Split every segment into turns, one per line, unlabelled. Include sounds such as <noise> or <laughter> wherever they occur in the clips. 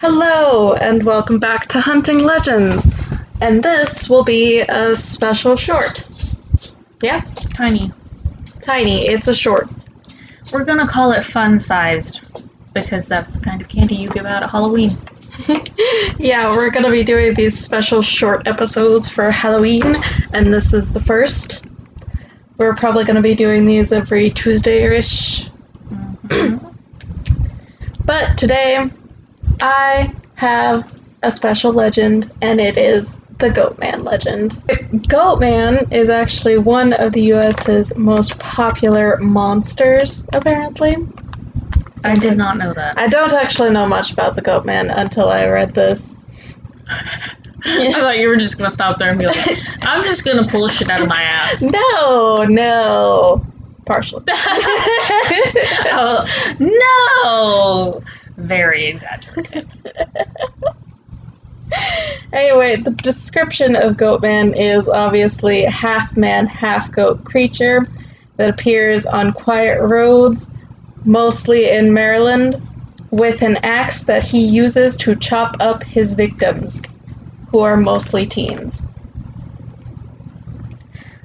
Hello, and welcome back to Hunting Legends. And this will be a special short. Yeah,
Tiny.
tiny. It's a short. <laughs>
We're gonna call it fun sized because that's the kind of candy you give out at Halloween.
yeah, we're going to be doing these special short episodes for Halloween, and this is the first. We're probably going to be doing these every Tuesday ish.
Mhm.
<clears throat> But today, I have a special legend, and it is the Goatman legend. Goatman is actually one of the US's most popular monsters, apparently.
I did not know that.
I don't actually know much about the Goatman until I read this. <laughs>
I thought you were just gonna stop there and be like, I'm just gonna pull shit out of my ass.
No, no. Partially. <laughs>
Oh, no! Very exaggerated.
<laughs> Anyway, the description of Goatman is obviously half man, half goat creature that appears on quiet roads, mostly in Maryland, with an axe that he uses to chop up his victims, who are mostly teens.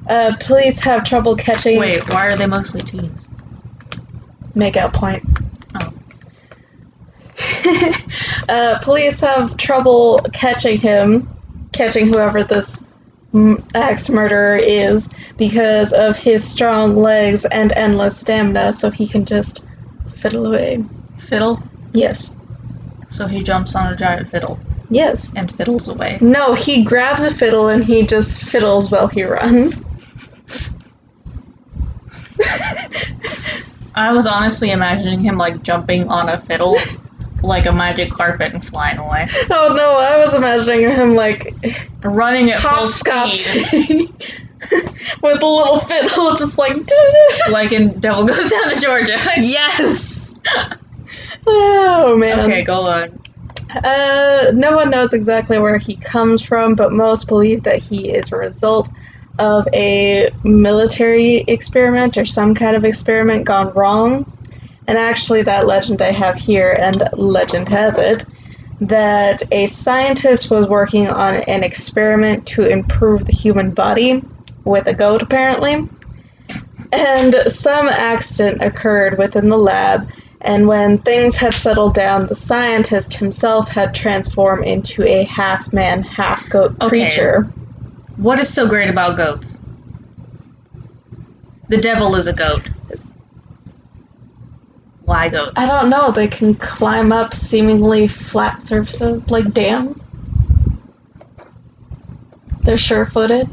Uh, police have trouble catching.
Wait, why are they mostly teens?
Make out point.
Oh.
<laughs> uh, police have trouble catching him, catching whoever this m- axe murderer is, because of his strong legs and endless stamina, so he can just fiddle away.
Fiddle?
Yes.
So he jumps on a giant fiddle
Yes.
and fiddles away.
No, he grabs a fiddle and he just fiddles while he runs. <laughs>
I was honestly imagining him like jumping on a fiddle like a magic carpet and flying away.
oh no, I was imagining him like
Running at full
hopscotch
speed.
<laughs> with a little fiddle, just like. <laughs>
like in Devil Goes Down to Georgia.
Yes. oh man.
okay, go on.
Uh, no one knows exactly where he comes from, but most believe that he is a result of a military experiment or some kind of experiment gone wrong. And actually, that legend I have here, and legend has it, that a scientist was working on an experiment to improve the human body with a goat, apparently. And some accident occurred within the lab, and when things had settled down, the scientist himself had transformed into a half man, half goat
Okay.
creature.
What is so great about goats? The devil is a goat. Why goats?
I don't know, they can climb up seemingly flat surfaces like dams. They're sure footed.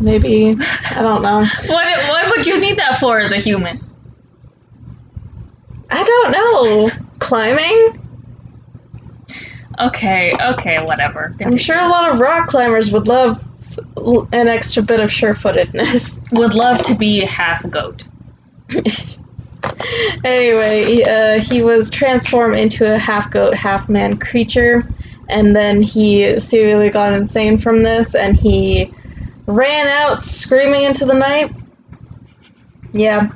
Maybe. I don't know.
<laughs> What, what would you need that for as a human?
I don't know. Climbing?
Okay, okay, whatever.
I'm
Continue.
sure a lot of rock climbers would love s- l- an extra bit of sure footedness.
Would love to be half goat.
<laughs> anyway, he, uh, he was transformed into a half goat, half man creature, and then he seriously got insane from this, and he ran out screaming into the night. Yeah.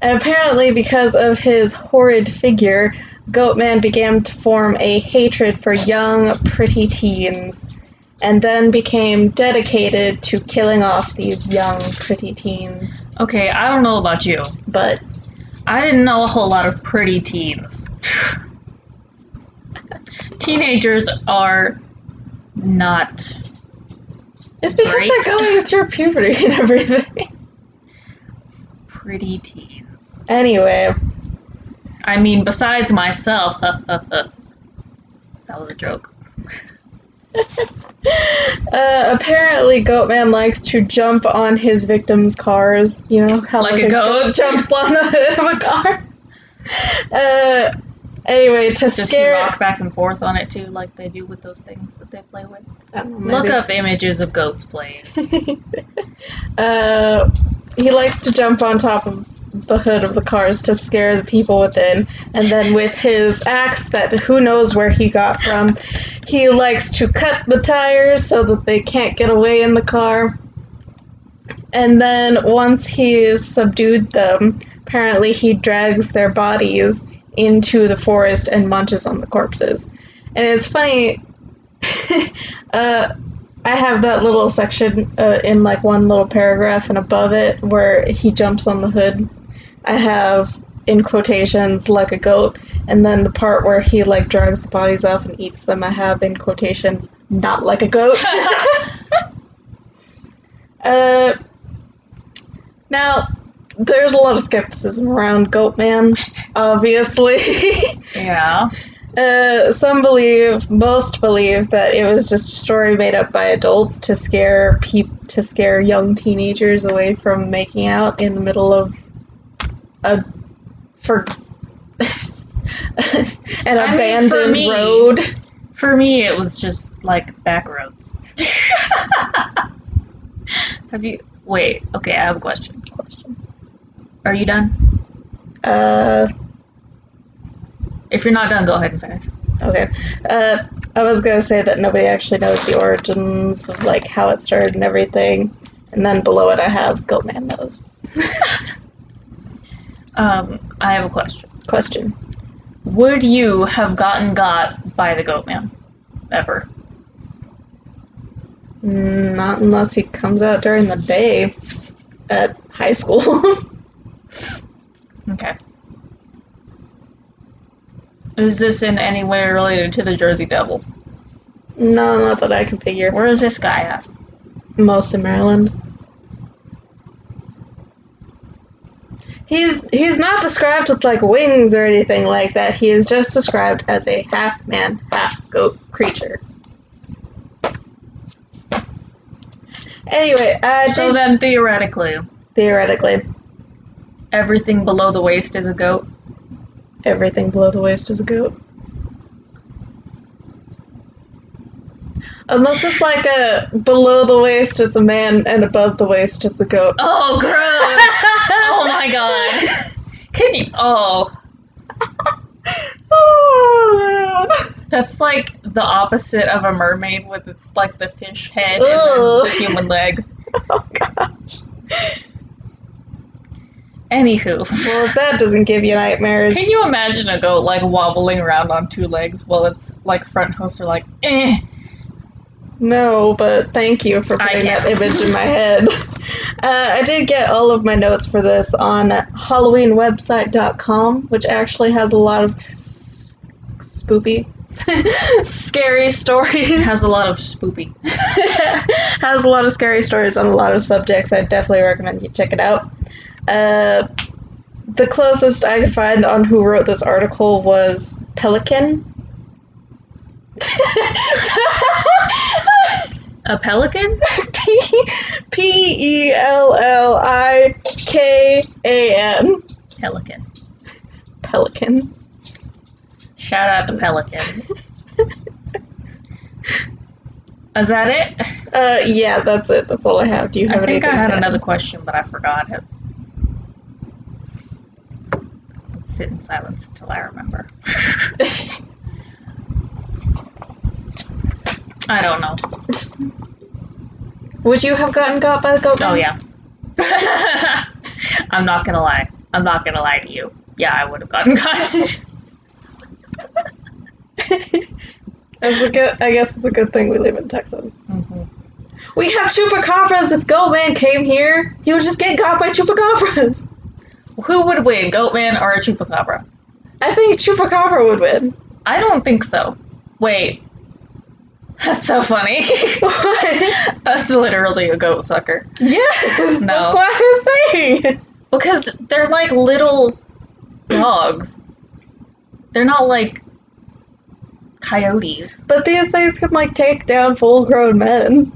And apparently, because of his horrid figure, Goatman began to form a hatred for young, pretty teens, and then became dedicated to killing off these young, pretty teens.
Okay, I don't know about you.
But
I didn't know a whole lot of pretty teens. <laughs> Teenagers are not
It's because
Great.
they're going through puberty and everything.
pretty teens.
Anyway, <laughs>
I mean, besides myself. <laughs> that was a joke.
uh, apparently Goatman likes to jump on his victims' cars. You know how
Like a goat? <laughs>
jumps on the hood of a car. Uh, anyway, to
Does
scare.
he rock back and forth on it too, like they do with those things that they play with?
I don't know,
Look
maybe.
up images of goats playing.
<laughs> uh, he likes to jump on top of the hood of the cars to scare the people within, and then with his axe that who knows where he got from, he likes to cut the tires so that they can't get away in the car. And then once he has subdued them, apparently he drags their bodies into the forest and munches on the corpses. And it's funny. <laughs> uh, I have that little section uh, in like one little paragraph and above it where he jumps on the hood. I have in quotations like a goat, and then the part where he like drags the bodies off and eats them. I have in quotations not like a goat. uh, now there's a lot of skepticism around Goat Man, obviously. <laughs>
Yeah.
Uh, some believe, most believe that it was just a story made up by adults to scare peop- to scare young teenagers away from making out in the middle of a for <laughs> an
I mean, for
abandoned
me.
road.
For me, it was just like back roads. <laughs> have you? Wait. Okay, I have a question. Question. Are you done?
Uh,
If you're not done, go ahead and finish. <laughs>
Okay. Uh, I was gonna say that nobody actually knows the origins of like how it started and everything, and then below it I have Goatman knows.
Um, I have a question.
Question.
Would you have gotten got by the goat man, ever?
Mm, Not unless he comes out during the day at high schools. <laughs>
Okay. Is this in any way related to the Jersey Devil?
no, not that I can figure.
Where is this guy at?
Most in Maryland. He's he's not described with like wings or anything like that. He is just described as a half man, half goat creature. Anyway, I
So
did-
then, theoretically,
theoretically
everything below the waist is a goat.
everything below the waist is a goat. Unless it's like a below the waist it's a man and above the waist it's a goat.
Oh, <laughs> gross! oh my god! Can you? Oh,
<laughs> Oh,
that's like the opposite of a mermaid, with it's like the fish head
Ew.
and then the human legs.
<laughs> oh gosh.
Anywho,
Well, if that doesn't give you nightmares,
<laughs> can you imagine a goat like wobbling around on two legs while its like front hooves are like, eh?
no, but thank you for
I
putting
can't.
that image
<laughs>
in my head. Uh, I did get all of my notes for this on HalloweenWebsite.com, which actually has a lot of s- spoopy, <laughs> scary
It
stories.
has a lot of spoopy.
<laughs> has a lot of scary stories on a lot of subjects. I definitely recommend you check it out. Uh, the closest I could find on who wrote this article was
<laughs>
Pelican. <laughs>
A pelican?
P P E L L I K A N.
Pelican.
Pelican. <laughs>
Shout out to Pelican. Is that it?
Uh, yeah, that's it. That's all I have. Do you have
I think
anything?
I had
to add?
another question, but I forgot it. Let's sit in silence until I remember. <laughs> I don't know.
<laughs> Would you have gotten got by the goat? <laughs>
Oh yeah. <laughs> I'm not gonna lie. I'm not gonna lie to you. Yeah, I would have gotten <laughs> caught.
It's a good, I guess it's a good thing we live in Texas.
Mm-hmm.
We have chupacabras. If Goatman came here, he would just get got by chupacabras.
Who would win, Goatman or a chupacabra?
I think chupacabra would
<laughs>
win. <laughs>
I don't think so. Wait. <laughs> That's so funny. <laughs> That's literally a goat sucker.
yes,
No.
that's what I was saying.
Because they're like little dogs. They're not like coyotes.
But these things can like take down full-grown men.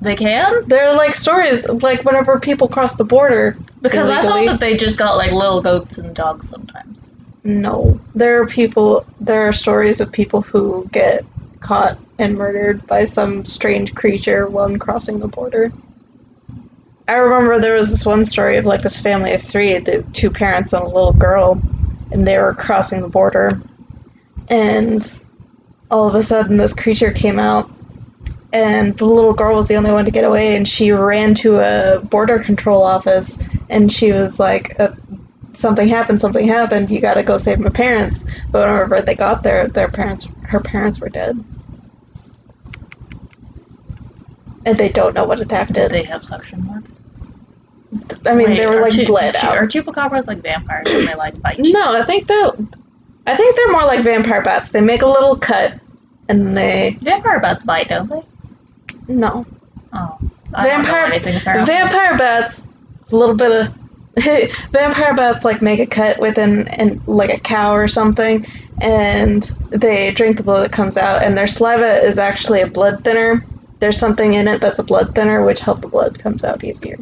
They can?
They're like stories, of, like whenever people cross the border.
Because I
illegally.
thought that they just got like little goats and dogs sometimes.
No, there are people. There are stories of people who get caught and murdered by some strange creature when crossing the border. I remember there was this one story of like this family of three, the two parents and a little girl, and they were crossing the border, and all of a sudden this creature came out, and the little girl was the only one to get away, and she ran to a border control office, and she was like, uh, something happened, something happened, you gotta go save my parents. But whenever they got there, their parents, her parents were dead. And they don't know what attacked
Did
it.
they have suction marks?
I mean,
Wait,
they were
are
like
chu-
bled
chu-
out.
Are chupacabras like vampires and they like bite you?
No, I think that I think they're more like vampire bats. They make a little cut, and they
Vampire bats bite, don't they?
no
Oh. I don't know
Vampire-
anything apparently.
vampire bats. A little bit of <laughs> vampire bats like make a cut with an and like a cow or something, and they drink the blood that comes out. And their saliva is actually a blood thinner. There's something in it that's a blood thinner, which helps the blood comes out easier.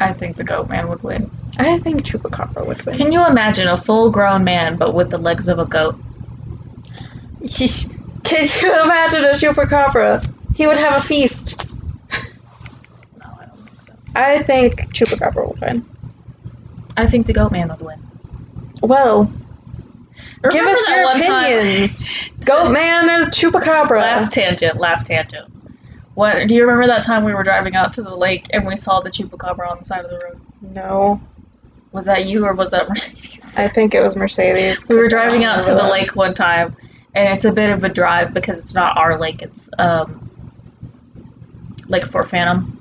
I think the goat man would win.
I think chupacabra would win.
Can you imagine a full grown man but with the legs of a goat?
<laughs> Can you imagine a chupacabra? He would have a feast.
No, I don't think so.
I think Chupacabra will win.
I think the goat man would win.
Well, give
Remember
us
that
your
one time- <laughs>
opinions. Goat Man or Chupacabra?
Last tangent, last tangent. What do you remember that time we were driving out to the lake and we saw the chupacabra on the side of the road?
no,
Was that you or was that Mercedes?
I think it was Mercedes.
<laughs> we were
'cause I
driving
don't
out to
remember
the
that.
lake one time and it's a bit of a drive because it's not our lake, it's um Lake Fort Phantom.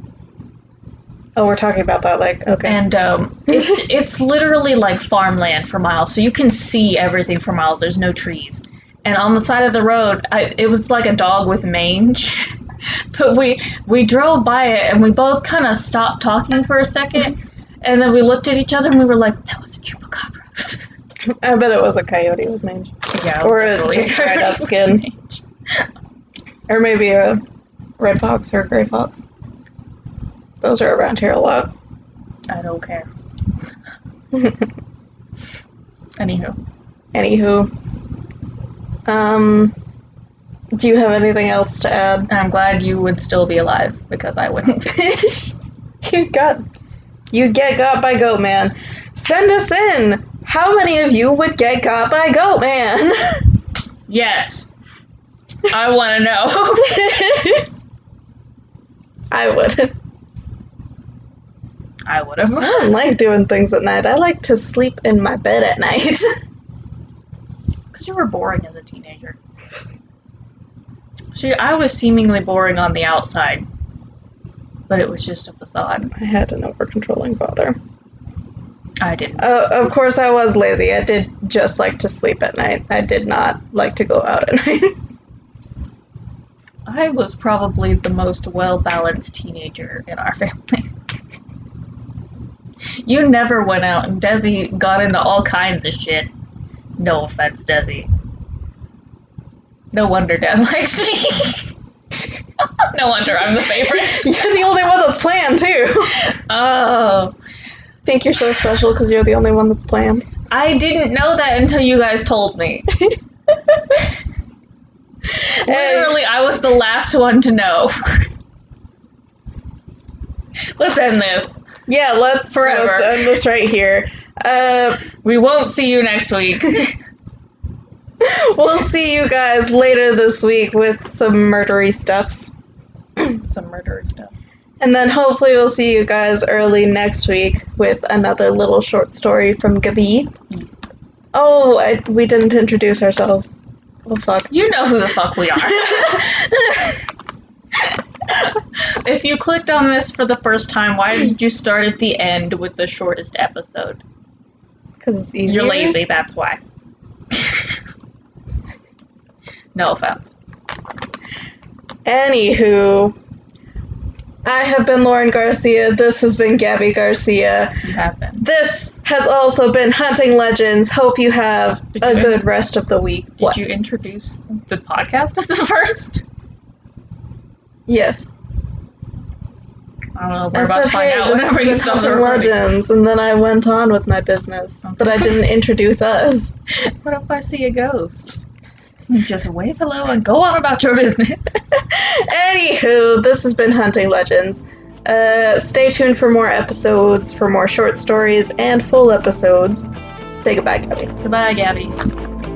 Oh, we're talking about that lake. Okay.
And um, it's it's literally like farmland for miles, so you can see everything for miles. There's no trees, and on the side of the road, I, it was like a dog with mange. <laughs> but we we drove by it, and we both kind of stopped talking for a second, and then we looked at each other, and we were like, "That was
<laughs>
a chupacabra."
<laughs> I bet it was a coyote with mange,
yeah,
Or a-
<laughs>
just dried out skin. or maybe a red fox or a gray fox. Those are around here a lot. <laughs>
I don't care. Anywho,
Anywho, um, do you have anything else to add?
I'm glad you would still be alive because I wouldn't. <laughs>
<laughs> you got you get got by goat man send us in how many of you would get got by goat man <laughs>
yes, I want to know. <laughs>
i would <laughs>
I would
i
have.
don't like doing things at night i like to sleep in my bed at night <laughs>
Because you were boring as a teenager. See, I was seemingly boring on the outside, but it was just a facade.
i had an over controlling father
I didn't.
uh, of course i was lazy i did just like to sleep at night i did not like to go out at <laughs> night
I was probably the most well balanced teenager in our <laughs> family. you never went out, and Desi got into all kinds of shit. No offense, Desi. No wonder Dad <laughs> likes me. <laughs> no wonder I'm the favorite.
<laughs> you're the only one that's planned too
<laughs> Oh.
think you're so special because you're the only one that's planned <laughs>
I didn't know that until you guys told me. Literally, I was the last one to know. <laughs> Let's end this.
Yeah, let's
Forever.
let's end this right here. Uh,
We won't see you next week.
we'll see you guys later this week with some murdery stuffs,
<laughs> Some murder stuff.
and then hopefully we'll see you guys early next week with another little short story from Gabi. Oh, I, we didn't introduce ourselves. Well, fuck.
You know who the
<laughs>
fuck <laughs> we are. if you clicked on this for the first time, why did you start at the end with the shortest episode?
Because it's easier.
You're lazy, that's why. <laughs> no offense.
Anywho, I have been Lauren Garcia. This has been Gabby Garcia.
You have been.
This has also been Hunting Legends. Hope you have
Did
a
you-
good rest of the week.
Did you introduce the podcast <laughs> as the first?
Yes.
I don't know. We're
I
about to
said,
find
"Hey,
out
this
whenever
has
you
been
<laughs> stop the
Hunting
recording.
Legends, and then I went on with my business, but I
<laughs>
didn't introduce us. <laughs>
What if I see a ghost? You just wave hello and go on about your business. <laughs>
Anywho, this has been Hunting Legends. Uh, stay tuned for more episodes, for more short stories, and full episodes. Say goodbye, Gabby.
Goodbye, Gabby.